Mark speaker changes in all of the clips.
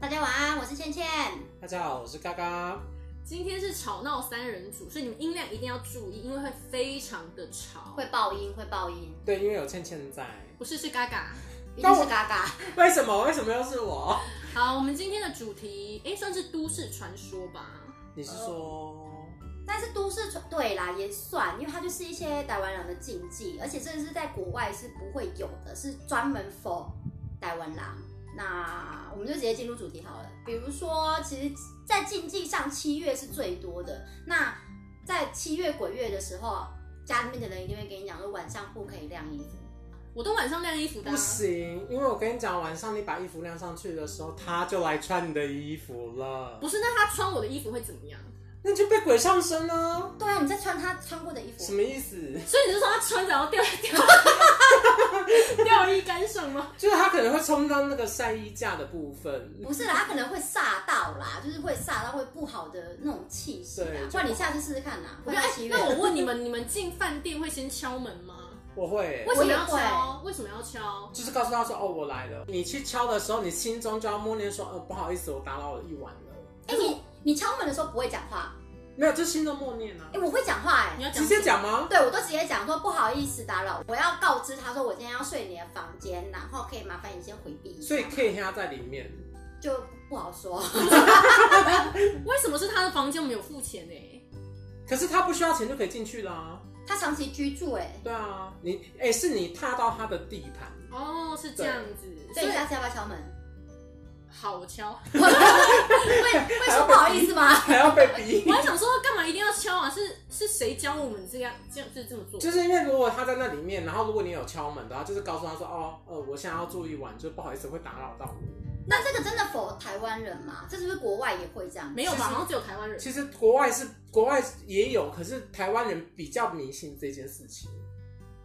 Speaker 1: 大家晚安，我是倩倩。
Speaker 2: 大家好，我是嘎嘎。
Speaker 3: 今天是吵闹三人组，所以你们音量一定要注意，因为会非常的吵。
Speaker 1: 会爆音，会爆音，
Speaker 2: 对，因为有倩倩在。
Speaker 3: 不是是嘎嘎。
Speaker 1: 一
Speaker 2: 那
Speaker 1: 定
Speaker 2: 我
Speaker 1: 是嘎嘎。
Speaker 2: 为什么？为什么又是我？
Speaker 3: 好，我们今天的主题，哎、算是都市传说吧。
Speaker 2: 你是说？
Speaker 1: 但是都市传对啦也算，因为它就是一些台湾人的禁忌，而且这是在国外是不会有的，是专门 for 台湾人。那我们就直接进入主题好了。比如说，其实，在禁忌上，七月是最多的。那在七月鬼月的时候，家里面的人一定会跟你讲说，晚上不可以晾衣服。
Speaker 3: 我都晚上晾衣服的、啊
Speaker 2: 不。行，因为我跟你讲，晚上你把衣服晾上去的时候，他就来穿你的衣服了
Speaker 3: 不，是，那他穿我的衣服会怎么样？
Speaker 2: 那你就被鬼上身了。
Speaker 1: 对啊，你在穿他穿过的衣
Speaker 2: 什
Speaker 1: 服，啊
Speaker 2: 么意思？
Speaker 3: 所以你是说他穿着然后掉 掉掉衣杆上 吗？
Speaker 2: 就是他可能会冲到那个晒衣架的部分。
Speaker 1: 不是啦，他可能会煞到啦，就是会煞到会不好的那种气息
Speaker 2: 对
Speaker 1: 啦
Speaker 2: 就。
Speaker 1: 不然你下次试试看啦。
Speaker 3: 我
Speaker 1: 会
Speaker 3: 说
Speaker 1: 到
Speaker 3: 哎
Speaker 1: 七月，
Speaker 3: 那我问你们，你们进饭店会先敲门吗？
Speaker 2: 我会
Speaker 3: 为，什么要
Speaker 1: 我也
Speaker 3: 敲？
Speaker 1: 会
Speaker 3: 为什么要敲？
Speaker 2: 就是告诉他说：“哦，我来了。”你去敲的时候，你心中就要默念说：“哦，不好意思，我打扰了一晚了。
Speaker 1: 哎、你你敲门的时候不会讲话？”
Speaker 2: 没有，就心中默念啊
Speaker 1: 哎、。我会讲话哎、
Speaker 3: 你要讲
Speaker 2: 直接
Speaker 3: 什么
Speaker 2: 讲吗？
Speaker 1: 对，我都直接讲说不好意思打扰，我要告知他说我今天要睡你的房间，然后可以麻烦你先回避一下，
Speaker 2: 所以 K 他在里面，
Speaker 1: 就不好说。
Speaker 3: 为什么是他的房间我们有付钱呢、欸
Speaker 2: 可是他不需要钱就可以进去啦、
Speaker 1: 他长期居住哎、
Speaker 2: 对啊，你哎、是你踏到他的地盘，
Speaker 3: 哦，是这样子。所
Speaker 1: 所以
Speaker 3: 以
Speaker 1: 你下次要不要 敲门？
Speaker 3: 好，我敲。
Speaker 1: 会会说不好意思吗？
Speaker 2: 还要被逼
Speaker 3: 我。还想说，干嘛一定要敲啊？是是谁教我们这样这样就是这么做？
Speaker 2: 就是因为如果他在那里面，然后如果你有敲门的话，就是告诉他说，哦，呃，我现在要住一晚，就不好意思会打扰到你。
Speaker 1: 那这个真的否台湾人吗？这是不是国外也会这样？
Speaker 3: 没有吧？
Speaker 2: 其实
Speaker 3: 好像只有台湾人。
Speaker 2: 其实国外是国外也有，可是台湾人比较迷信这件事情。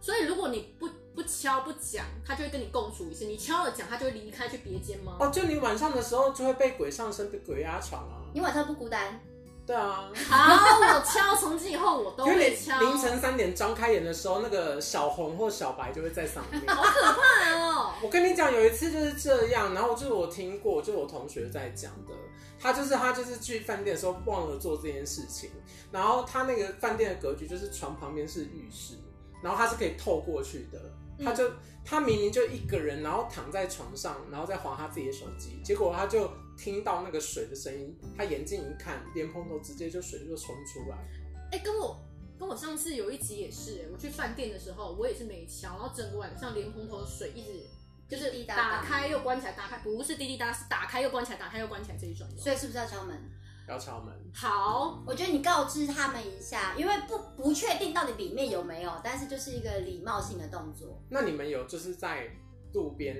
Speaker 3: 所以如果你不不敲不讲，他就会跟你共处一室；你敲了讲，他就会离开去别间吗？
Speaker 2: 哦，就你晚上的时候就会被鬼上身，被鬼压床啊。
Speaker 1: 你晚上不孤单？
Speaker 2: 对啊，
Speaker 3: 好，我敲，从今以后我都
Speaker 2: 因为
Speaker 3: 会
Speaker 2: 你
Speaker 3: 敲。
Speaker 2: 凌晨三点张开眼的时候，那个小红或小白就会在上 面。
Speaker 3: 好可怕哦！
Speaker 2: 我跟你讲，有一次就是这样，然后就是我听过，就我同学在讲的，他就是他就是去饭店的时候忘了做这件事情，然后他那个饭店的格局就是床旁边是浴室，然后他是可以透过去的，
Speaker 3: 嗯
Speaker 2: 他就、他明明就一个人，然后躺在床上，然后在划他自己的手机，结果他就听到那个水的声音，他眼睛一看，连蓬头直接就水就冲出来，
Speaker 3: 哎、跟我跟我上次有一集也是、我去饭店的时候，我也是没敲，然后整个晚上连蓬头的水一直就是
Speaker 1: 滴滴答答
Speaker 3: 打开又关起来，打开不是滴滴答，是打开又关起来，打开又关起来这一种。
Speaker 1: 所以是不是要敲门？
Speaker 2: 要敲门。
Speaker 3: 好，
Speaker 1: 我觉得你告知他们一下，因为不不确定到底里面有没有，但是就是一个礼貌性的动作。
Speaker 2: 那你们有就是在路边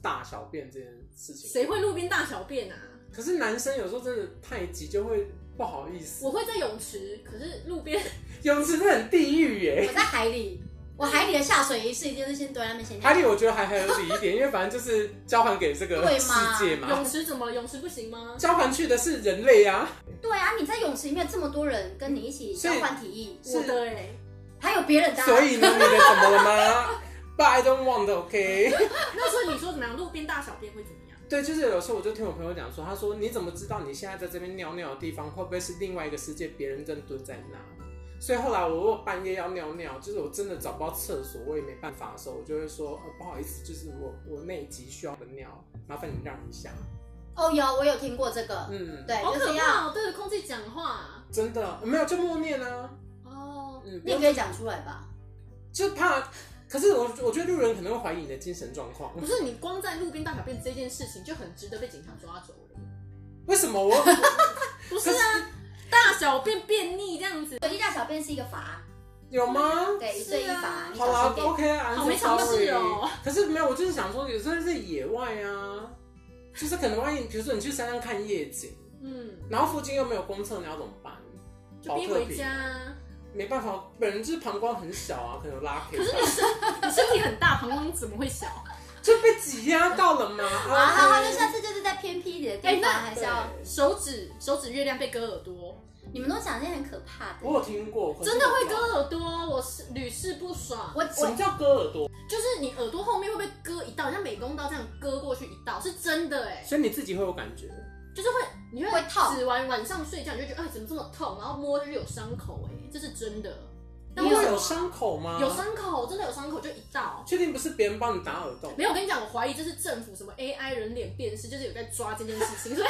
Speaker 2: 大小便这件事情？
Speaker 3: 谁会路边大小便啊？
Speaker 2: 可是男生有时候真的太急就会不好意思。
Speaker 3: 我会在泳池，可是路边
Speaker 2: 泳池真的很地狱耶、
Speaker 1: 我在海里，我海里的下水仪式一定是先蹲在那边先尿。
Speaker 2: 海里我觉得还合理一点，因为反正就是交还给这个
Speaker 1: 对
Speaker 2: 世
Speaker 1: 嘛
Speaker 2: 界嘛
Speaker 3: 泳，池怎么了？泳池不行吗？
Speaker 2: 交还去的是人类 啊。
Speaker 1: 对啊，你在泳池里面这么多人跟你一起交换提议，
Speaker 2: 是
Speaker 3: 我的哎、
Speaker 1: 还有别人的啊、
Speaker 2: 所以呢，你的怎么了吗？But I don't want OK。
Speaker 3: 那所以你说怎么样？路边大小便会怎么样？
Speaker 2: 对，就是有时候我就听我朋友讲说，他说你怎么知道你现在在这边尿尿的地方会不会是另外一个世界，别人正蹲在那？所以后来我如果半夜要尿尿，就是我真的找不到厕所，我也没办法的时候，我就会说，呃，不好意思，就是我我那一集需要的尿，麻烦你让一下。
Speaker 1: 哦，有我有听过这个，
Speaker 2: 嗯，
Speaker 1: 对，
Speaker 3: 好
Speaker 1: 就
Speaker 3: 可
Speaker 1: 是要
Speaker 3: 怕哦！对着空气讲话
Speaker 2: 真的没有就默念啊，
Speaker 3: 哦。
Speaker 2: 嗯，
Speaker 1: 你也可以讲出来吧。
Speaker 2: 就怕。可是我我觉得路人可能会怀疑你的精神状况，
Speaker 3: 不是你光在路边大小便这件事情就很值得被警察抓走了。
Speaker 2: 为什么我
Speaker 3: 不是啊，大小便便溺这样子，
Speaker 1: 随地大小便是一个罚，
Speaker 2: 有吗？
Speaker 1: 对，一岁一罚，你
Speaker 2: 好
Speaker 1: 小
Speaker 2: 啦
Speaker 1: 心点。
Speaker 2: ，OK 啊，
Speaker 3: 好没常识哦。
Speaker 2: 可是没有，我就是想说，有时候是野外啊，就是可能万一，比如说你去山上看夜景，
Speaker 3: 嗯，
Speaker 2: 然后附近又没有公厕，你要怎么办？
Speaker 3: 就憋
Speaker 2: 保特
Speaker 3: 回
Speaker 2: 瓶
Speaker 3: 家啊。
Speaker 2: 没办法，本人就是膀胱很小啊，可能有拉可以吧，
Speaker 3: 你身体很大，膀胱怎么会小？
Speaker 2: 就被挤压到 了啊嘛。
Speaker 1: 好啦，好啦，那
Speaker 2: ，OK
Speaker 1: 下次就是在偏僻一点的地
Speaker 3: 哎那
Speaker 1: 方，还是要
Speaker 2: 对
Speaker 3: 手指手指月亮被割耳朵，
Speaker 1: 你们都讲一些很可怕的。
Speaker 2: 我有听过，
Speaker 3: 哦真的会割耳朵，我是屡试不爽。
Speaker 1: 我
Speaker 2: 什么
Speaker 1: 我
Speaker 2: 叫割耳朵？
Speaker 3: 就是你耳朵后面会被割一道，像美工刀这样割过去一道，是真的哎、
Speaker 2: 所以你自己会有感觉。
Speaker 3: 就是会你会
Speaker 1: 会痛
Speaker 3: 指完晚上睡觉你就觉得哎、怎么这么痛，然后摸就是有伤口哎、这是真的。但
Speaker 2: 你
Speaker 3: 我
Speaker 2: 有有伤口吗？
Speaker 3: 有，伤口，真的有伤口就一道。
Speaker 2: 确定不是别人帮你打耳洞？
Speaker 3: 没有，我跟你讲，我怀疑这是政府什么 AI 人脸辨识，就是有在抓这件事情，所以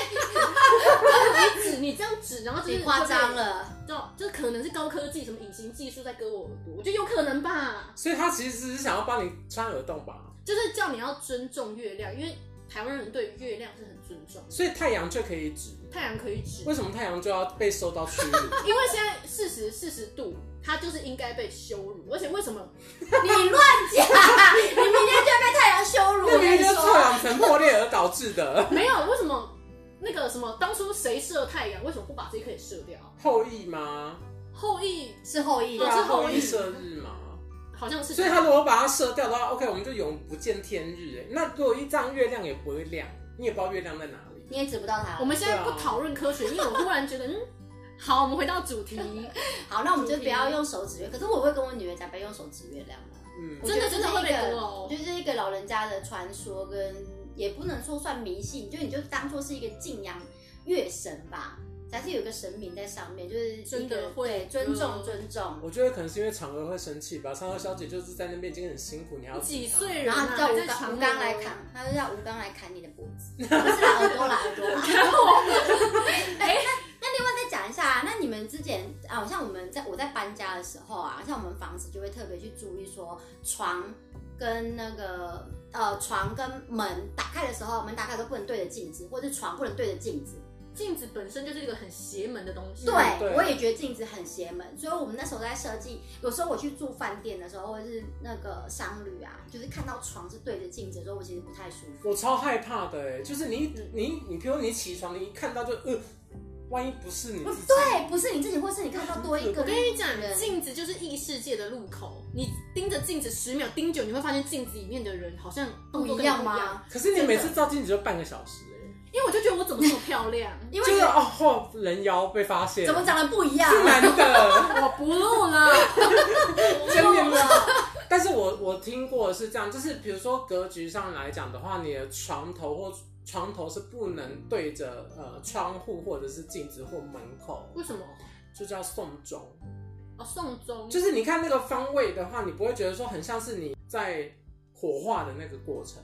Speaker 3: 你指你这样指，然后就是
Speaker 1: 你夸 张，了，
Speaker 3: 就啊就可能是高科技什么隐形技术在割我耳朵，我觉得有可能吧。
Speaker 2: 所以他其实只是想要帮你穿耳洞吧？
Speaker 3: 就是叫你要尊重月亮，因为台湾人对于月亮是很尊重的。
Speaker 2: 所以太阳就可以指，
Speaker 3: 太阳可以指，
Speaker 2: 为什么太阳就要被受到屈 辱？
Speaker 3: 因为现在四十四十度，它就是应该被羞辱。而且为什么？
Speaker 1: 你乱讲， 你明天就要被太阳羞辱。
Speaker 2: 那
Speaker 1: 我
Speaker 2: 明
Speaker 1: 跟
Speaker 2: 明
Speaker 1: 你
Speaker 2: 就
Speaker 3: 啊
Speaker 2: 是臭
Speaker 1: 说，
Speaker 2: 氧层破裂而导致的
Speaker 3: 没有为什么？那个什么，当初谁射太阳，为什么不把这一颗也射掉？
Speaker 2: 后羿吗？
Speaker 3: 后羿
Speaker 1: 是后羿
Speaker 3: 对
Speaker 2: 对
Speaker 3: 啊
Speaker 2: 啊，
Speaker 3: 是后羿
Speaker 2: 羿射日嘛。
Speaker 3: 好像是，
Speaker 2: 所以他如果把它射掉
Speaker 3: 嗯
Speaker 2: 的话，OK，我们就永不见天日。哎，那如果一张月亮也不会亮，你也不知道月亮在哪里。
Speaker 1: 你也指不到他
Speaker 3: 我。们现在不讨论科学，因为我忽然觉得，嗯，好，我们回到主题，
Speaker 1: 好，那我们就不要用手指月。可是我会跟我女儿讲，不要用手指月亮了。
Speaker 2: 嗯
Speaker 1: 我，觉
Speaker 3: 真
Speaker 1: 得
Speaker 3: 的真的会被
Speaker 1: 这是一
Speaker 3: 割
Speaker 1: 个
Speaker 3: 哦
Speaker 1: 我觉得这是一个老人家的传说跟，也不能说算迷信，就你就当做是一个敬仰月神吧，才是有一个神明在上面，就是一个
Speaker 3: 真的会
Speaker 1: 对尊
Speaker 3: 嗯
Speaker 1: 重尊重。
Speaker 2: 我觉得可能是因为嫦娥会生气吧。嫦娥小姐就是在那边已经很辛苦，你还要
Speaker 3: 几
Speaker 2: 指她
Speaker 3: 岁人
Speaker 1: 然后
Speaker 3: 啊？
Speaker 1: 他叫
Speaker 3: 还
Speaker 1: 吴
Speaker 3: 在
Speaker 1: 刚
Speaker 3: 长
Speaker 1: 吴刚
Speaker 3: 头
Speaker 1: 来砍，他就叫吴刚来砍你的脖子，不是啊啦，耳朵啦，耳朵啦。哎，那 那另外再讲一下啊，那你们之前啊，像我们在我在搬家的时候啊，像我们房子就会特别去注意说床跟那个呃床跟门打开的时候，门打开都不能对着镜子，或者是床不能对着镜子。
Speaker 3: 镜子本身就是一个很邪门的东西，
Speaker 1: 对，
Speaker 2: 对
Speaker 1: 我也觉得镜子很邪门，所以我们那时候在设计，有时候我去住饭店的时候，或者是那个商旅啊，就是看到床是对着镜子的时候，我其实不太舒服。
Speaker 2: 我超害怕的、哎，就是你一你一你，譬如你起床，你一看到就呃，万一不是你
Speaker 1: 不
Speaker 3: 哦
Speaker 2: 自己，
Speaker 1: 对，不是你自己，或是你看到多一个。
Speaker 3: 我跟你讲，
Speaker 1: 人
Speaker 3: 镜子就是异世界的入口。你盯着镜子十秒，盯久你会发现镜子里面的人好像
Speaker 1: 不
Speaker 3: 动作
Speaker 1: 一
Speaker 3: 跟你
Speaker 1: 样
Speaker 3: 不一
Speaker 1: 吗？
Speaker 2: 可是你每次照镜子就半个小时、哎，
Speaker 3: 因为我就觉得我怎么这么漂亮，
Speaker 1: 因为
Speaker 2: 就是
Speaker 1: 你
Speaker 2: 哦吼，人妖被发现，
Speaker 1: 怎么长得不一样？
Speaker 2: 是男的。
Speaker 3: 我不录了，
Speaker 2: 真的吗？但是我我听过的是这样，就是比如说格局上来讲的话，你的床头或床头是不能对着呃窗户或者是镜子或门口，
Speaker 3: 为什么？
Speaker 2: 就叫送钟。
Speaker 3: 哦，送终
Speaker 2: 就是你看那个方位的话，你不会觉得说很像是你在火化的那个过程，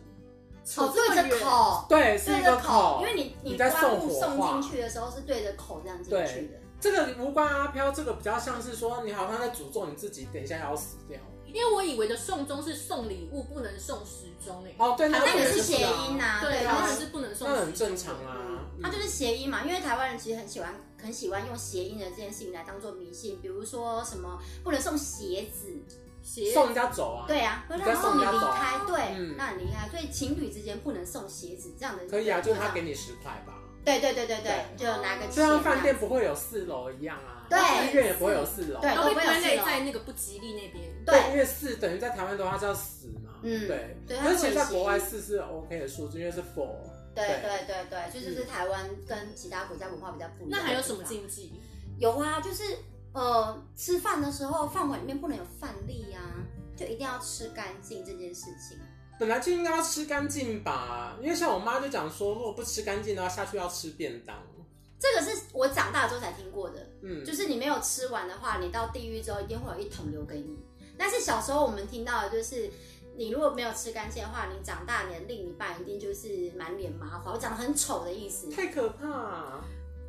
Speaker 1: 哦，对着，口，
Speaker 2: 对，是
Speaker 1: 对
Speaker 2: 一个
Speaker 1: 着口，因为
Speaker 2: 你
Speaker 1: 你
Speaker 2: 你在
Speaker 1: 棺
Speaker 2: 送
Speaker 1: 木
Speaker 2: 火
Speaker 1: 送
Speaker 2: 化
Speaker 1: 进去的时候是对着口这样进去的。
Speaker 2: 这个无关阿飘，这个比较像是说你好像在诅咒你自己，等一下要死掉。
Speaker 3: 因为我以为的送终是送礼物，不能送时钟诶。
Speaker 2: 哦，对，
Speaker 3: 啊
Speaker 2: 那
Speaker 1: 那
Speaker 2: 个
Speaker 1: 个
Speaker 2: 就是是
Speaker 1: 谐音呐，
Speaker 2: 啊，
Speaker 3: 对，
Speaker 1: 对，
Speaker 3: 台湾
Speaker 1: 那
Speaker 3: 人
Speaker 1: 是
Speaker 3: 是不能送时钟
Speaker 2: 那
Speaker 3: 的，
Speaker 2: 很正常啊。嗯
Speaker 1: 它就是谐音嘛，因为台湾人其实很喜欢很喜欢用谐音的这件事情来当做迷信，比如说什么不能送鞋子，
Speaker 3: 邪
Speaker 2: 送人家走啊。
Speaker 1: 对啊，会
Speaker 2: 你在
Speaker 1: 让
Speaker 2: 送
Speaker 1: 你
Speaker 2: 人家
Speaker 1: 离
Speaker 2: 走
Speaker 1: 开，对
Speaker 2: 嗯，
Speaker 1: 让你离开，所以情侣之间不能送鞋子这样的。
Speaker 2: 可以啊，就是他给你十块吧。
Speaker 1: 对对对对对，
Speaker 2: 对
Speaker 1: 就拿个钱
Speaker 2: 就像饭
Speaker 1: 这样
Speaker 2: 店不会有四楼一样啊，
Speaker 1: 啊对
Speaker 2: 医院也不会有四楼，
Speaker 1: 对
Speaker 3: 然后被归类
Speaker 1: 都不能送
Speaker 3: 在那个不吉利那边。
Speaker 1: 对
Speaker 2: 因为四等于在台湾的话叫死嘛，
Speaker 1: 嗯
Speaker 2: 对。
Speaker 1: 对它
Speaker 2: 可是其实在
Speaker 1: 会写
Speaker 2: 国外四是 OK 的数字，因为是 four。
Speaker 1: 对
Speaker 2: 对嗯
Speaker 1: 对对对，所以就是台湾跟其他国家文化比较不一样。
Speaker 3: 那还有什么？禁忌？
Speaker 1: 有啊，就是呃，吃饭的时候饭碗里面不能有饭粒啊，就一定要吃干净这件事情。
Speaker 2: 本来就应该要吃干净吧，因为像我妈就讲说，如果不吃干净的话，下去要吃便当。
Speaker 1: 这个是我长大之后才听过的，
Speaker 2: 嗯，
Speaker 1: 就是你没有吃完的话，你到地狱之后一定会有一桶留给你。但是小时候我们听到的就是，你如果没有吃干净的话，你长大你的另一半一定就是满脸麻花，我长得很丑的意思。
Speaker 2: 太可怕、啊。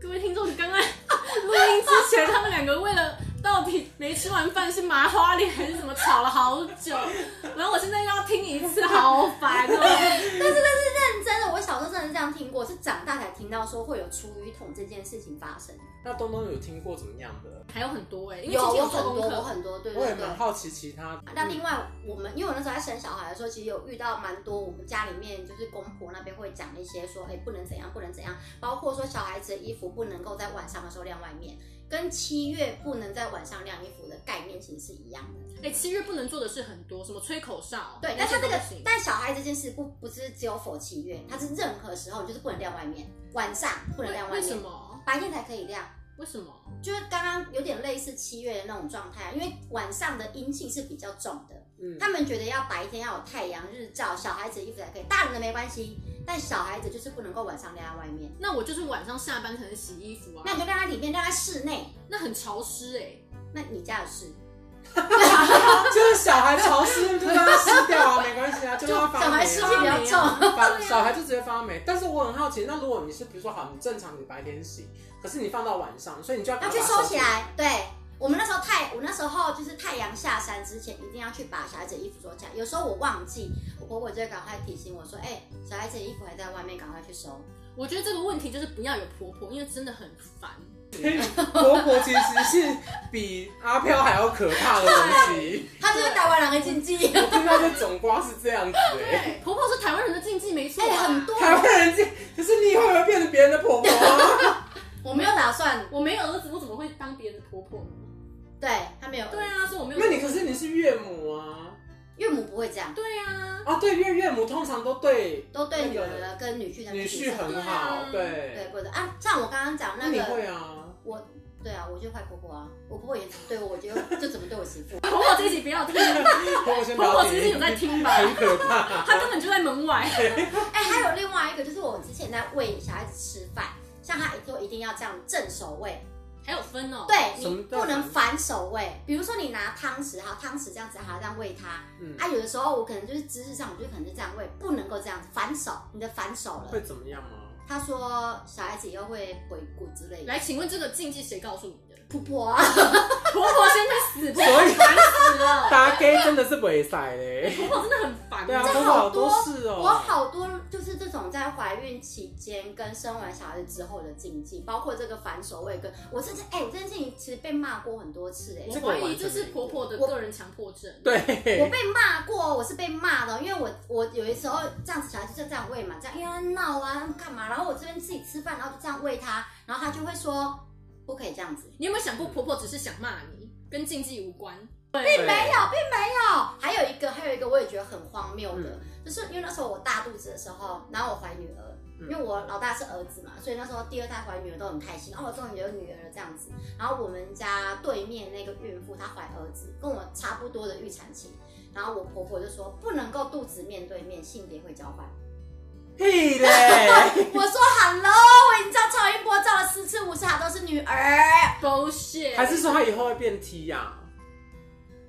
Speaker 3: 各位听众，刚 刚录音之前，他们两个为了到底没吃完饭是麻花脸还是什么，吵了好久。然后我现在又要听一次，好烦 哦、
Speaker 1: 真的，我小时候真的是这样听过，是长大才听到说会有厨余桶这件事情发生。
Speaker 2: 那东东有听过怎么样的？
Speaker 3: 还有很多哎、因为
Speaker 1: 有
Speaker 3: 今天
Speaker 1: 我
Speaker 3: 做
Speaker 1: 很
Speaker 3: 功
Speaker 1: 多，我
Speaker 3: 课，
Speaker 1: 很多，对
Speaker 2: 我也
Speaker 1: 对对啊
Speaker 2: 蛮。好奇其他的。
Speaker 1: 那另外，我们因为我那时候在生小孩的时候，其实有遇到蛮多我们家里面就是公婆那边会讲一些说，哎、不能怎样，不能怎样，包括说小孩子的衣服不能够在晚上的时候晾外面，跟七月不能在晚上晾衣服的概念其实是一样的。
Speaker 3: 哎、七月不能做的事很多，什么吹口哨，
Speaker 1: 对，
Speaker 3: 那
Speaker 1: 但
Speaker 3: 些
Speaker 1: 他
Speaker 3: 都
Speaker 1: 这个
Speaker 3: 不行，
Speaker 1: 但小孩这件事不不是只有否七月，它是任何时候你就是不能晾外面，晚上不能晾
Speaker 3: 为
Speaker 1: 外
Speaker 3: 为什
Speaker 1: 面，
Speaker 3: 么？
Speaker 1: 白天才可以晾。
Speaker 3: 为什么？
Speaker 1: 就是刚刚有点类似七月的那种状态啊，因为晚上的阴气是比较重的，
Speaker 2: 嗯，
Speaker 1: 他们觉得要白天要有太阳日照，小孩子的衣服才可以，大人的没关系，但小孩子就是不能够晚上晾在外面，
Speaker 3: 那我就是晚上下班才能洗衣服啊，
Speaker 1: 那你就晾在里面，晾在室内。
Speaker 3: 那很潮湿哎、欸。
Speaker 1: 那你家有事，
Speaker 2: 就是小孩潮湿就让他湿掉啊，没关系啊，就让他发
Speaker 1: 小
Speaker 2: 霉、啊。
Speaker 1: 孩湿气比较重，
Speaker 2: 发小孩就直接发霉。但是我很好奇，那如果你是比如说好，你正常你白天洗，可是你放到晚上，所以你就要把
Speaker 1: 要
Speaker 2: 它
Speaker 1: 去收
Speaker 2: 收
Speaker 1: 起。来。对我们那时候太，我那时候就是太阳下山之前，一定要去把小孩子的衣服收起来。有时候我忘记，我婆婆就会赶快提醒我说：“哎、小孩子的衣服还在外面，赶快去收。
Speaker 3: 我觉得这个问题就是不要有婆婆，因为真的很烦。
Speaker 2: 婆婆其实是比阿飘还要可怕的东西，”
Speaker 1: 她就是台湾人的禁忌，
Speaker 2: 我听到这种瓜是这样子哎、欸。
Speaker 3: 婆婆是台湾人的禁忌，没错、
Speaker 1: 哎、
Speaker 3: 啊
Speaker 1: 很。多。
Speaker 2: 台湾人这，可是你以后也会变成别人的婆婆、啊，
Speaker 1: 我没有打算，
Speaker 3: 我没有儿子，我怎么会当别人的婆婆呢？
Speaker 1: 对她没有，
Speaker 3: 对啊，所以我没有。
Speaker 2: 那你可是你是岳母啊，
Speaker 1: 岳母不会这样，
Speaker 3: 对啊，
Speaker 2: 啊对，岳岳母通常都对
Speaker 1: 都对女
Speaker 2: 那
Speaker 1: 儿跟女婿的
Speaker 2: 女婿
Speaker 1: 很
Speaker 2: 很好，
Speaker 3: 对
Speaker 1: 对，
Speaker 2: 对，
Speaker 1: 或者啊，像我刚刚讲
Speaker 2: 那
Speaker 1: 那
Speaker 2: 你
Speaker 1: 个，
Speaker 2: 会啊？
Speaker 1: 我对啊，我就坏婆婆啊，我婆婆也对我，我就就怎么对我媳妇。
Speaker 3: 婆婆这一集不要听，
Speaker 2: 啊婆婆先
Speaker 3: 婆
Speaker 2: 了
Speaker 3: 婆
Speaker 2: 解
Speaker 3: 其实有在听吧，
Speaker 2: 很可怕。
Speaker 3: 她根本就在门外。
Speaker 1: 哎、还有另外一个，就是我之前在喂小孩子吃饭，像他就一定要这样正手喂，
Speaker 3: 还有分哦，，
Speaker 1: 对
Speaker 2: 什
Speaker 1: 你
Speaker 2: 么叫
Speaker 1: 不能
Speaker 2: 反
Speaker 1: 反手喂。比如说你拿汤匙，好汤匙这样子，好这样喂他。
Speaker 2: 嗯，
Speaker 1: 啊，有的时候我可能就是姿势上，我就可能就这样喂，不能够这样子反手，你的反手了
Speaker 2: 会。怎么样啊吗？
Speaker 1: 他说小孩子以后会回骨之类的，
Speaker 3: 来，请问这个禁忌谁告诉你的？
Speaker 1: 婆婆啊，
Speaker 3: 婆婆先去 死，婆
Speaker 2: 所
Speaker 3: 婆
Speaker 2: 以
Speaker 3: 烦死了，
Speaker 2: 打 gay 真的是不会塞 嘞。
Speaker 3: 婆婆真的很烦。
Speaker 2: 对啊，
Speaker 1: 这
Speaker 2: 婆婆
Speaker 1: 好
Speaker 2: 多
Speaker 1: 多
Speaker 2: 事
Speaker 1: 我
Speaker 2: 哦。
Speaker 1: 好多就是这种在怀孕期间跟生完小孩子之后的禁忌，包括这个反手喂跟，我甚至哎，我这件事情其实被骂过很多次哎、
Speaker 3: 我
Speaker 2: 这个
Speaker 3: 怀
Speaker 2: 我
Speaker 3: 疑
Speaker 2: 完
Speaker 3: 这
Speaker 2: 全
Speaker 3: 是婆婆的个人强迫症。
Speaker 1: 我
Speaker 2: 对，
Speaker 1: 被骂过，我是被骂的，因为我我有的时候这样子，小孩就这样喂嘛，这样因为他闹啊干嘛，然后我这边自己吃饭，然后就这样喂他，然后他就会说不可以这样子，
Speaker 3: 你有没有想
Speaker 2: 嗯
Speaker 3: 过，婆婆只是想骂你，跟禁忌无关？
Speaker 2: 并
Speaker 1: 没有，并没有。哦还有一个，还有一个，我也觉得很荒谬的，
Speaker 3: 嗯
Speaker 1: 就是因为那时候我大肚子的时候，然后我怀女儿，
Speaker 2: 嗯
Speaker 1: 因为我老大是儿子嘛，所以那时候第二胎怀女儿都很开心，哦，我终于有女儿了这样子。然后我们家对面那个孕妇她怀儿子，跟我差不多的预产期，然后我婆婆就说不能够肚子面对面，性别会交 换。
Speaker 2: 屁嘞！
Speaker 1: 我说 hello，我已经照超音波照了四次五次，她都是女儿，哎、
Speaker 3: bullshit，
Speaker 2: 还是说他以后会变 T 啊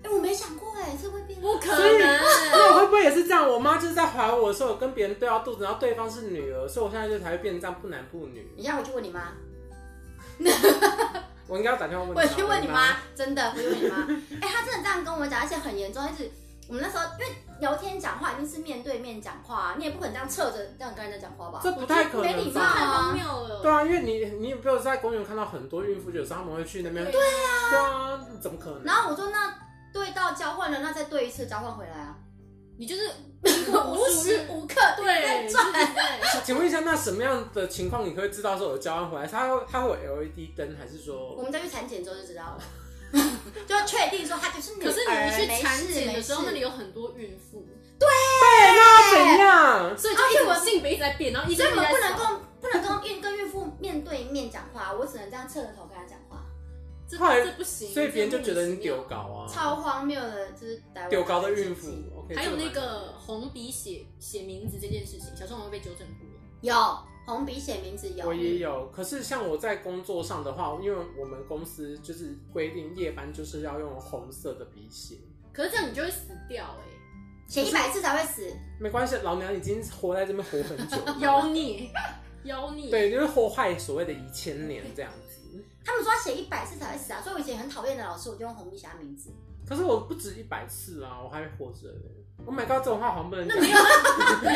Speaker 2: 呀？
Speaker 1: 我没想过哎、这会变
Speaker 3: 不可
Speaker 2: 所以
Speaker 3: 能？
Speaker 2: 那我会不会也是这样？我妈就是在怀我的时候，有跟别人对到肚子，然后对方是女儿，所以我现在就才会变成这样不男不女。
Speaker 1: 你让我去问你妈。
Speaker 2: 我应该要打电话问
Speaker 1: 我
Speaker 2: 她。
Speaker 1: 去问你妈，真的，我去问你妈。哎、她真的这样跟我讲，而且很严重，一直我们那时候因为聊天讲话一定是面对面讲话、啊，你也不可能这样侧着这样跟人家讲话吧？
Speaker 2: 这不太可能吧。
Speaker 1: 没礼貌
Speaker 3: 太荒谬了。
Speaker 2: 对啊，因为你你有没有在公园看到很多孕妇，有时候他们会去那边？对啊，对啊，怎么可能？
Speaker 1: 然后我说那对到交换了，那再对一次交换回来啊，
Speaker 3: 你就是
Speaker 1: 无时无刻
Speaker 3: 对，
Speaker 1: 转。
Speaker 3: 对
Speaker 2: 请问一下，那什么样的情况你会知道说有交换回来？它会它会有 LED 灯，还是
Speaker 1: 我
Speaker 2: 说？
Speaker 1: 们再去产检之后就知道了， 就确定说她就是女儿。
Speaker 3: 可是你
Speaker 1: 没
Speaker 3: 去
Speaker 1: 事
Speaker 3: 产检的时候，
Speaker 1: 没事
Speaker 3: 那里有很多孕妇，
Speaker 2: 那怎样？
Speaker 3: 所以就
Speaker 1: 而
Speaker 3: 一
Speaker 1: 且
Speaker 3: 直
Speaker 1: 我
Speaker 3: 性别一直在变，然后医
Speaker 1: 所
Speaker 3: 生
Speaker 1: 以我们不能
Speaker 3: 够
Speaker 1: 够不能够孕跟孕妇面对面讲话，啊我只能这样侧着头跟她讲话，
Speaker 3: 这
Speaker 2: 后来
Speaker 3: 这不行，
Speaker 2: 所以别人就
Speaker 3: 这
Speaker 2: 觉
Speaker 3: 莫
Speaker 2: 得
Speaker 3: 名
Speaker 2: 你
Speaker 3: 其妙
Speaker 2: 丢。高啊，
Speaker 1: 超荒谬的，就是台湾
Speaker 2: 丢高的孕妇
Speaker 1: 禁忌。
Speaker 2: OK，
Speaker 3: 还有
Speaker 2: 这
Speaker 3: 那
Speaker 2: 蛮
Speaker 3: 个红笔写写名字这件事情，小时候我们被纠正过。
Speaker 1: 有红笔写名字有，
Speaker 2: 我也有，可是像我在工作上的话，因为我们公司就是规定夜班就是要用红色的笔写，
Speaker 3: 可是这样你就会死掉哎、，
Speaker 1: 写一百次才会死。
Speaker 2: 没关系，老娘已经活在这边活很久了
Speaker 3: 妖孽，妖孽。，
Speaker 2: 对，就是活坏所谓的一千年这样子。
Speaker 1: 他们说要写一百次才会死啊，所以我以前很讨厌的老师，我就用红笔写他名字。
Speaker 2: 可是我不止一百次啊，我还活着耶。Oh my god，这种话好像不能讲。
Speaker 3: 你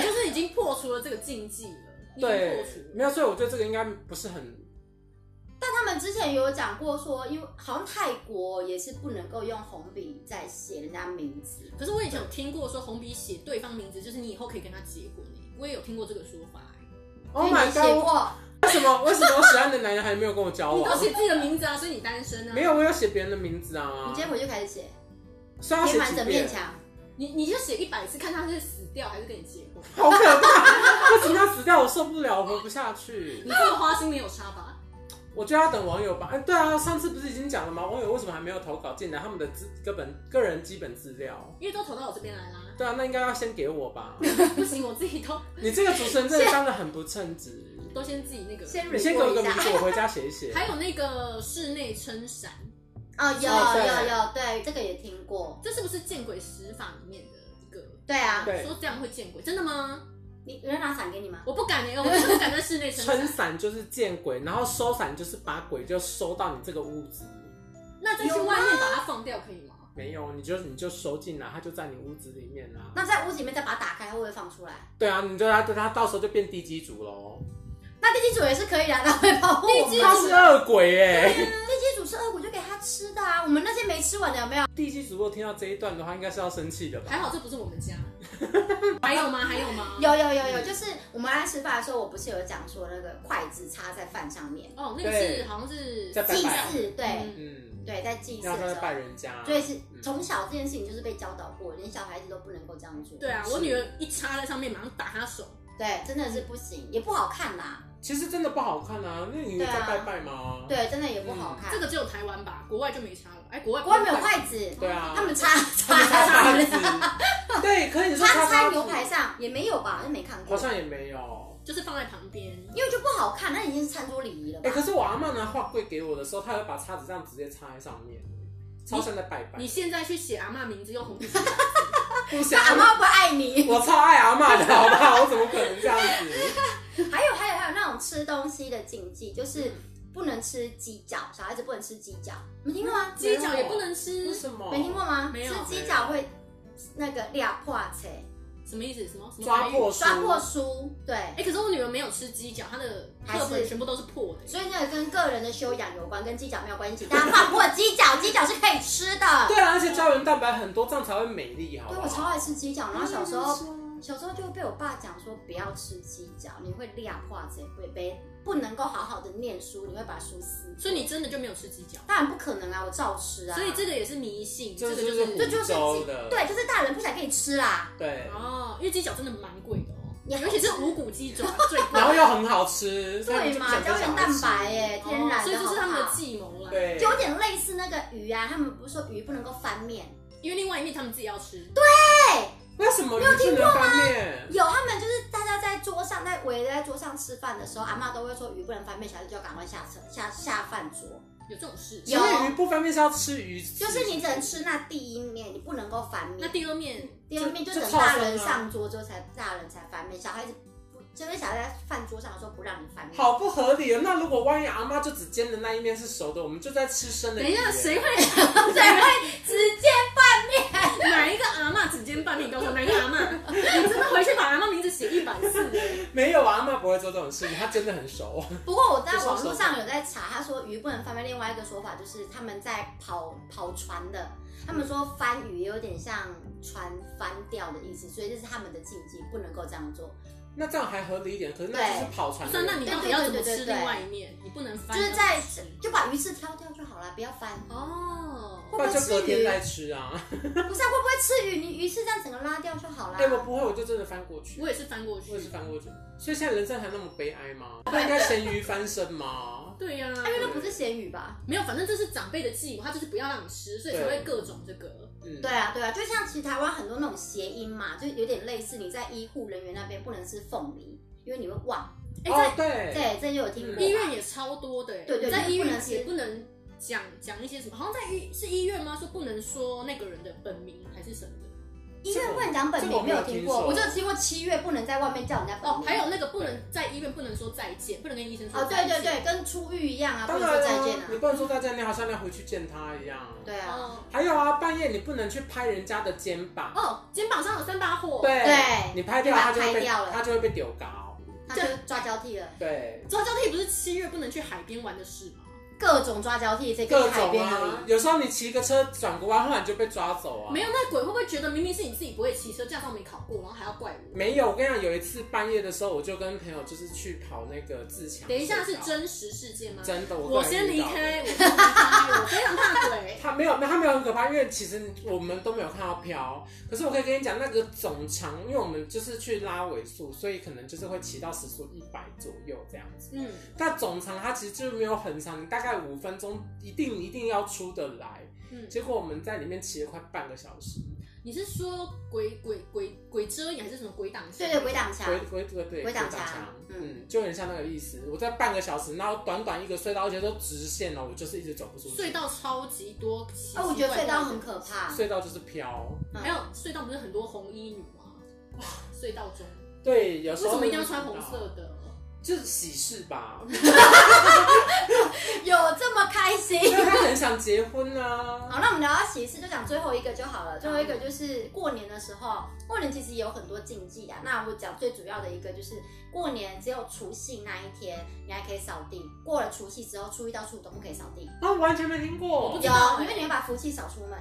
Speaker 3: 就是已经破除了这个禁忌了，你已经
Speaker 2: 对
Speaker 3: 破除，了。
Speaker 2: 没有，所以我对这个应该不是很
Speaker 1: 但他们之前有讲过说，因为好像泰国也是不能够用红笔在写人家名字，
Speaker 3: 可是我以前有听过说红笔写对方名字，就是你以后可以跟他结婚欸我也有听过这个说法欸、
Speaker 2: Oh
Speaker 1: 因为
Speaker 2: my
Speaker 1: 你写
Speaker 2: god！
Speaker 1: 过，
Speaker 2: 为什么为什么我喜欢的男人还没有跟我交
Speaker 3: 你都
Speaker 2: 往？
Speaker 3: 写自己的名字啊，所以你单身啊。
Speaker 2: 没有，，我有写别人的名字
Speaker 1: 你
Speaker 2: 啊
Speaker 1: 今。天回去开始写，
Speaker 2: 虽然
Speaker 1: 贴
Speaker 2: 写
Speaker 1: 满
Speaker 2: 几啊
Speaker 1: 整面
Speaker 2: 遍，
Speaker 1: 墙。
Speaker 3: 你你就写一百次，看他是死掉还是跟你结婚。
Speaker 2: 好 可怕！为什么要死掉？我受不了，我活不下去
Speaker 3: 你。这个花心没有差吧？
Speaker 2: 我就要等网友吧。哎，对啊，上次不是已经讲了吗？网友为什么还没有投稿进来？他们的资个本个人基本资料。
Speaker 3: 因为都投到我这边来啦。
Speaker 2: 对啊，那应该要先给我 吧。
Speaker 3: 不行，我自己都
Speaker 2: 你这个主持人真的当的很不称职。
Speaker 3: 都先自己那个。
Speaker 1: 先
Speaker 2: 你先给我
Speaker 1: review
Speaker 2: 个
Speaker 1: 一
Speaker 2: 名
Speaker 1: 下。
Speaker 2: 字，我回家写一写。
Speaker 3: 还有那个室内撑伞，
Speaker 1: 哦，有
Speaker 2: 哦对
Speaker 1: 有有，对，这个也听过。
Speaker 3: 这是不是见鬼十法里面的一个？
Speaker 1: 对啊，
Speaker 2: 对
Speaker 3: 说这样会见鬼，真的吗？
Speaker 1: 你有人拿伞给你吗？
Speaker 3: 我不敢哎、我真的不敢在室内撑
Speaker 2: 撑
Speaker 3: 伞。
Speaker 2: 伞就是见鬼，然后收伞就是把鬼就收到你这个屋子。
Speaker 3: 那再去外面把它放掉可以吗？
Speaker 2: 没有，你就你就收进来，它就在你屋子里面啦。
Speaker 1: 那在屋子里面再把它打开，会不会放出来？
Speaker 2: 对啊，你就它它到时候就变地基主喽。
Speaker 1: 那地基主也是可以啊，他会保护我们。
Speaker 3: 地基主
Speaker 2: 它是恶鬼哎、
Speaker 1: 地基主是恶鬼，就给他吃的啊。我们那些没吃完的有没有？
Speaker 2: 地基主如果听到这一段的话，应该是要生气的吧？
Speaker 3: 还好这不是我们家。还有吗？还有吗？
Speaker 1: 有有有有，就是我们来吃饭的时候，我不是有讲说那个筷子插在饭上面
Speaker 3: 哦，那个
Speaker 2: 对
Speaker 3: 是好像是
Speaker 2: 在拜
Speaker 1: 祭
Speaker 2: 拜
Speaker 1: 祀，对
Speaker 3: 嗯
Speaker 2: 嗯，
Speaker 1: 对，在祭祀
Speaker 2: 要
Speaker 1: 的
Speaker 2: 在
Speaker 1: 时
Speaker 2: 拜
Speaker 1: 候，
Speaker 2: 人家，
Speaker 1: 所以是
Speaker 2: 嗯
Speaker 1: 从小这件事情就是被教导过，连小孩子都不能够这样做。
Speaker 3: 对啊，我女儿一插在上面，马上打她手。
Speaker 1: 对，真的是不行，也不好看啦。
Speaker 2: 其实真的不好看啊。那你有
Speaker 1: 对
Speaker 2: 在
Speaker 1: 啊
Speaker 2: 拜拜吗？
Speaker 1: 对，真的也不
Speaker 2: 嗯
Speaker 1: 好看。
Speaker 3: 这个只有台湾吧，国外就没插了。哎，国外
Speaker 1: 嗯国外没有，筷子，
Speaker 2: 对啊，
Speaker 1: 他们插
Speaker 2: 他们
Speaker 1: 叉
Speaker 2: 插
Speaker 1: 子，
Speaker 2: 叉子，对，可以是
Speaker 1: 插
Speaker 2: 叉
Speaker 1: 插
Speaker 2: 子
Speaker 1: 牛排，上也没有吧，就没看
Speaker 2: 好
Speaker 1: 过，
Speaker 2: 像也没有。
Speaker 3: 就是放在旁边。
Speaker 1: 因为就不好看，那已经是餐桌礼仪了
Speaker 2: 哎、
Speaker 1: 吧
Speaker 2: 可？是我阿妈拿画柜给我的时候，她会把叉子这样直接插在上面，超像在拜拜
Speaker 3: 你。现在去写阿嬷名字用红笔写，
Speaker 2: 不想
Speaker 1: 阿妈不爱你。
Speaker 2: 我超爱阿妈的，好不好？我怎么可能这 样子？
Speaker 1: 还有还有还有那种吃东西的禁忌，
Speaker 3: 嗯
Speaker 1: 就是不能吃鸡脚，小孩子不能吃鸡脚，你听过吗？
Speaker 3: 鸡脚也不能
Speaker 2: 为
Speaker 1: 嗯
Speaker 3: 吃，
Speaker 2: 什么？
Speaker 1: 没听过吗？
Speaker 3: 没有
Speaker 1: 吃鸡脚会那个裂破车，
Speaker 3: 什么意思？什么什么
Speaker 2: 抓
Speaker 3: 白玉
Speaker 2: 破书
Speaker 1: 抓破书，对
Speaker 3: 哎、。可是我女儿没有吃鸡脚，她的课
Speaker 1: 还
Speaker 3: 本
Speaker 1: 是
Speaker 3: 全部都是破的、
Speaker 1: 所以那个跟个人的修养有关，跟鸡脚没有关系。大家放过鸡脚，鸡脚是可以吃的。
Speaker 2: 对啊，而且胶原蛋白很多，这样才会美丽，好不
Speaker 1: 对，我
Speaker 2: 好？
Speaker 1: 超爱吃鸡脚，然后小时候
Speaker 3: 哦
Speaker 2: 嗯
Speaker 1: 小时候就被我爸讲说不要吃鸡脚，你会裂化这会被不能够好好的念书，你会把书撕破。
Speaker 3: 所以你真的就没有吃鸡脚、
Speaker 1: 当然不可能啊，我照吃啊。
Speaker 3: 所以这个也是迷信，
Speaker 2: 这
Speaker 3: 这
Speaker 2: 个
Speaker 3: 个
Speaker 2: 就
Speaker 3: 就是是
Speaker 1: 这就是鸡
Speaker 2: 州的
Speaker 1: 对，就是大人不想给你吃啦。
Speaker 2: 对，
Speaker 3: 哦，因为鸡脚真的蛮贵的哦，
Speaker 1: 也好
Speaker 3: 尤其是五谷鸡爪最贵，
Speaker 2: 然后又很好吃，所以
Speaker 1: 对
Speaker 2: 就
Speaker 1: 嘛
Speaker 2: 不，想
Speaker 1: 胶
Speaker 2: 跟小
Speaker 1: 原
Speaker 2: 孩
Speaker 1: 蛋
Speaker 2: 吃
Speaker 1: 白耶，天然
Speaker 3: 哦所
Speaker 1: 的
Speaker 3: 以这
Speaker 1: 好
Speaker 3: 是他
Speaker 1: 不
Speaker 3: 们的
Speaker 1: 好？
Speaker 3: 计谋啦。，
Speaker 2: 对，
Speaker 1: 就有点类似那个鱼啊，他们不是说鱼不能够翻面，
Speaker 3: 因为另外一面他们自己要吃，
Speaker 2: 为什么你不能翻面？
Speaker 1: 有他们就是大家在桌上在围在桌上吃饭的时候，阿嬷都会说鱼不能翻面，小孩子就要赶快下车下下饭桌，
Speaker 3: 有这种事。
Speaker 1: 有
Speaker 2: 所以鱼不翻面是要吃鱼，
Speaker 1: 就是你只能吃那第一面，你不能够翻面。
Speaker 3: 那第二面，
Speaker 1: 第二面就
Speaker 2: 就
Speaker 1: 等
Speaker 2: 就
Speaker 1: 大
Speaker 2: 凑合
Speaker 1: 人
Speaker 2: 啊
Speaker 1: 上桌之后才大人才翻面，小孩子不就是小孩在饭桌上的时候不让你翻面。
Speaker 2: 好不合理哦。那如果万一阿妈就只煎的那一面是熟的，我们就在吃生的
Speaker 3: 等
Speaker 2: 鱼。
Speaker 3: 一下谁会
Speaker 1: 谁会直接
Speaker 3: 哪一个阿嬷指尖半面？你告诉我哪一个阿嬷？你真的回去把阿嬷名字写一百次 哎
Speaker 2: 没有啊，阿妈不会做这种事情，她真的很熟。
Speaker 1: 不过我在网络上有在查，他说鱼不能翻面，另外一个说法就是他们在跑跑船的，他们说翻鱼有点像船翻掉的意思，所以这是他们的禁忌，不能够这样做。
Speaker 2: 那这样还合理一点，可是那就是跑船
Speaker 3: 不算，
Speaker 2: 的人。
Speaker 3: 那你到底要怎么吃另外一面？你不能翻，
Speaker 1: 就是在
Speaker 3: 要吃
Speaker 1: 就把鱼刺挑掉就好了，不要翻。
Speaker 3: 哦。
Speaker 1: 会不
Speaker 2: 不然
Speaker 1: 会
Speaker 2: 就
Speaker 1: 吃
Speaker 2: 隔天
Speaker 1: 鱼？
Speaker 2: 再吃啊。
Speaker 1: 不是、啊、会不会吃鱼？你鱼刺这样整个拉掉就好啦。
Speaker 2: 哎、我不会，我就真的翻过去。
Speaker 3: 我也是翻过去
Speaker 2: 我也，是翻过去，所以现在人生还那么悲哀吗？不应该咸鱼翻身吗？
Speaker 3: 对呀、
Speaker 1: 啊因为那不是咸鱼吧？
Speaker 3: 哎没有，反正这是长辈的计谋，他就是不要让你吃，所以才会各种这个。
Speaker 2: 嗯，
Speaker 1: 对啊，对啊，就像其实台湾很多那种谐音嘛，就有点类似你在医护人员那边不能吃凤梨，因为你会忘。
Speaker 3: 哎、
Speaker 2: 哦，对，
Speaker 1: 对，这就有听过。
Speaker 3: 在医院也超多的、哎
Speaker 1: 对对对
Speaker 3: 在医
Speaker 1: 不能
Speaker 3: 院
Speaker 1: 吃
Speaker 3: 也不能讲讲一些什么，好像在医是医院吗？说不能说那个人的本名还是什么的
Speaker 1: 医院不能讲本名，没有听过，
Speaker 2: 这个我
Speaker 1: 我
Speaker 2: 没有听说
Speaker 1: 就听过七月不能在外面叫人家本
Speaker 3: 哦，
Speaker 1: 名。
Speaker 3: 还有那个不能在医院不能说再见，不能跟医生说
Speaker 1: 哦，
Speaker 3: 再见。
Speaker 1: 对对对，跟出狱一样啊，不
Speaker 2: 当
Speaker 1: 能说
Speaker 2: 然
Speaker 1: 再见
Speaker 2: 啊
Speaker 1: 啊，
Speaker 2: 你。不能说再见，你好像要回去见他一样。
Speaker 1: 对啊，
Speaker 3: 哦
Speaker 2: 还有啊，半夜你不能去拍人家的肩膀，
Speaker 3: 哦，肩膀上有三把火。
Speaker 2: 对，
Speaker 1: 对
Speaker 2: 你拍掉
Speaker 1: 就把
Speaker 2: 他就会
Speaker 1: 拍
Speaker 2: 被
Speaker 1: 掉了
Speaker 2: 他就会被丢高。
Speaker 1: 他就抓交替了。
Speaker 2: 对，
Speaker 3: 抓交替不是七月不能去海边玩的事吗？
Speaker 1: 各种抓交替，这
Speaker 2: 各
Speaker 1: 个海
Speaker 2: 种
Speaker 1: 边而
Speaker 2: 啊，
Speaker 1: 已。
Speaker 2: 有时候你骑个车转个弯，后来你就被抓走啊。
Speaker 3: 没有那鬼会不会觉得明明是你自己不会骑车，驾照没考过，然后还要怪我？
Speaker 2: 没有，我跟你讲，有一次半夜的时候，我就跟朋友就是去跑那个自强。
Speaker 3: 等一下是真实事件吗？
Speaker 2: 真的，
Speaker 3: 我
Speaker 2: 个人
Speaker 3: 先
Speaker 2: 遇
Speaker 3: 离
Speaker 2: 到的
Speaker 3: 开，我先离开，我非常怕鬼。
Speaker 2: 他没有，他没有很可怕，因为其实我们都没有看到飘。可是我可以跟你讲，那个总长，因为我们就是去拉尾数，所以可能就是会骑到时速一百左右这样子。
Speaker 3: 嗯，
Speaker 2: 但总长它其实就是没有很长，你大概五分钟一定一定要出得来。
Speaker 3: 嗯
Speaker 2: 结果我们在里面骑了快半个小时，
Speaker 3: 你是说鬼鬼鬼鬼遮眼还是什么鬼挡
Speaker 1: 对
Speaker 3: 墙？
Speaker 1: 对，鬼挡墙
Speaker 2: 鬼，鬼鬼对
Speaker 1: 鬼挡墙嗯
Speaker 2: 嗯，就很像那个意思。我在半个小时，然后短短一个隧道，而且都直线哦，我就是一直走不出去。
Speaker 3: 隧道超级多。
Speaker 1: 哎，我觉得隧道很可
Speaker 3: 怕。
Speaker 1: 怕。
Speaker 2: 隧道就是飘，
Speaker 1: 嗯
Speaker 3: 还有隧道不是很多红衣女吗？隧道中
Speaker 2: 对，有
Speaker 3: 为
Speaker 2: 时候
Speaker 3: 什么一定要穿红色的？
Speaker 2: 就是喜事吧，
Speaker 1: 有这么开心？
Speaker 2: 因为他很想结婚啊。
Speaker 1: 好，那我们聊到喜事，就讲最后一个就好了。最后一个就是过年的时候，过年其实也有很多禁忌啊。那我讲最主要的一个就是，过年只有除夕那一天你还可以扫地，过了除夕之后，初一到初五都不可以扫地。
Speaker 2: 啊，我完全没听
Speaker 3: 我
Speaker 2: 过
Speaker 3: 不知。道
Speaker 1: 有，因为你会把福气扫出门，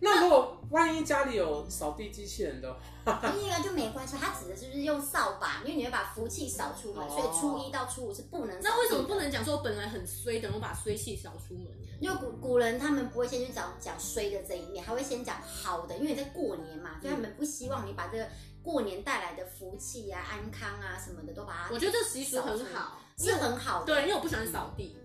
Speaker 2: 那如果万一家里有扫地机器人的话，
Speaker 1: 第一个就没关系。它指的是就是用扫把，因为你会把福气扫出门，所以初一到初五是不能扫地的。
Speaker 3: 那为什么不能讲说我本来很衰，等我把衰气扫出门呢？
Speaker 1: 因为古古人他们不会先去讲讲衰的这一面，还会先讲好的，因为你在过年嘛，所以他们不希望你把这个过年带来的福气啊、安康啊什么的都把它，
Speaker 3: 我觉得这习俗很好，
Speaker 1: 是很好的。
Speaker 3: 对，因为我不喜欢扫地，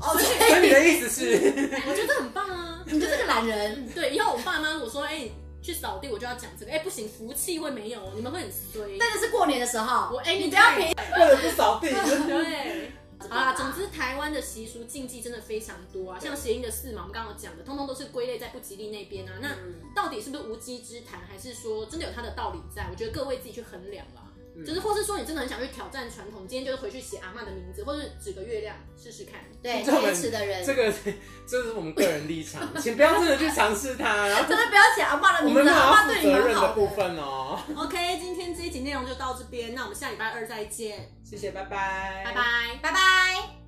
Speaker 1: 哦，
Speaker 2: 所以你
Speaker 1: 对，
Speaker 2: 的意 思是，
Speaker 3: 我觉得很棒啊。
Speaker 1: 你就是个懒人。
Speaker 3: 对，以后我爸妈我说，哎、你去扫地，我就要讲这个，哎、不行，福气会没有，你们会很衰。
Speaker 1: 但是是过年的时候，
Speaker 3: 我哎、
Speaker 1: 你
Speaker 3: 你
Speaker 1: 不要
Speaker 3: 评。
Speaker 2: 为了不扫地，
Speaker 3: 对，好啦，总之台湾的习俗禁忌真的非常多啊，像谐音的四嘛，我们刚刚有讲的，通通都是归类在不吉利那边啊。那
Speaker 1: 嗯
Speaker 3: 到底是不是无稽之谈，还是说真的有它的道理在？我觉得各位自己去衡量啦。
Speaker 2: 嗯
Speaker 3: 就是，或是说你真的很想去挑战传统，今天就是回去写阿嬷的名字，或是指个月亮试试看。
Speaker 1: 对
Speaker 2: 这个
Speaker 1: 坚持的人，
Speaker 2: 这个这是我们个人立场，请不要真的去尝试它。然 后
Speaker 1: 真的不要写阿爸的
Speaker 2: 我
Speaker 1: 名字
Speaker 2: 们没
Speaker 1: 啊，阿
Speaker 2: 有要
Speaker 1: 爸
Speaker 2: 负
Speaker 1: 对你
Speaker 2: 责任
Speaker 1: 蛮
Speaker 2: 的
Speaker 1: 好
Speaker 2: 部
Speaker 1: 的。
Speaker 2: 分哦。
Speaker 3: OK，今天这一集内容就到这边，那我们下礼拜二再见，
Speaker 2: 谢谢，拜拜，
Speaker 3: 拜拜。
Speaker 1: 拜拜。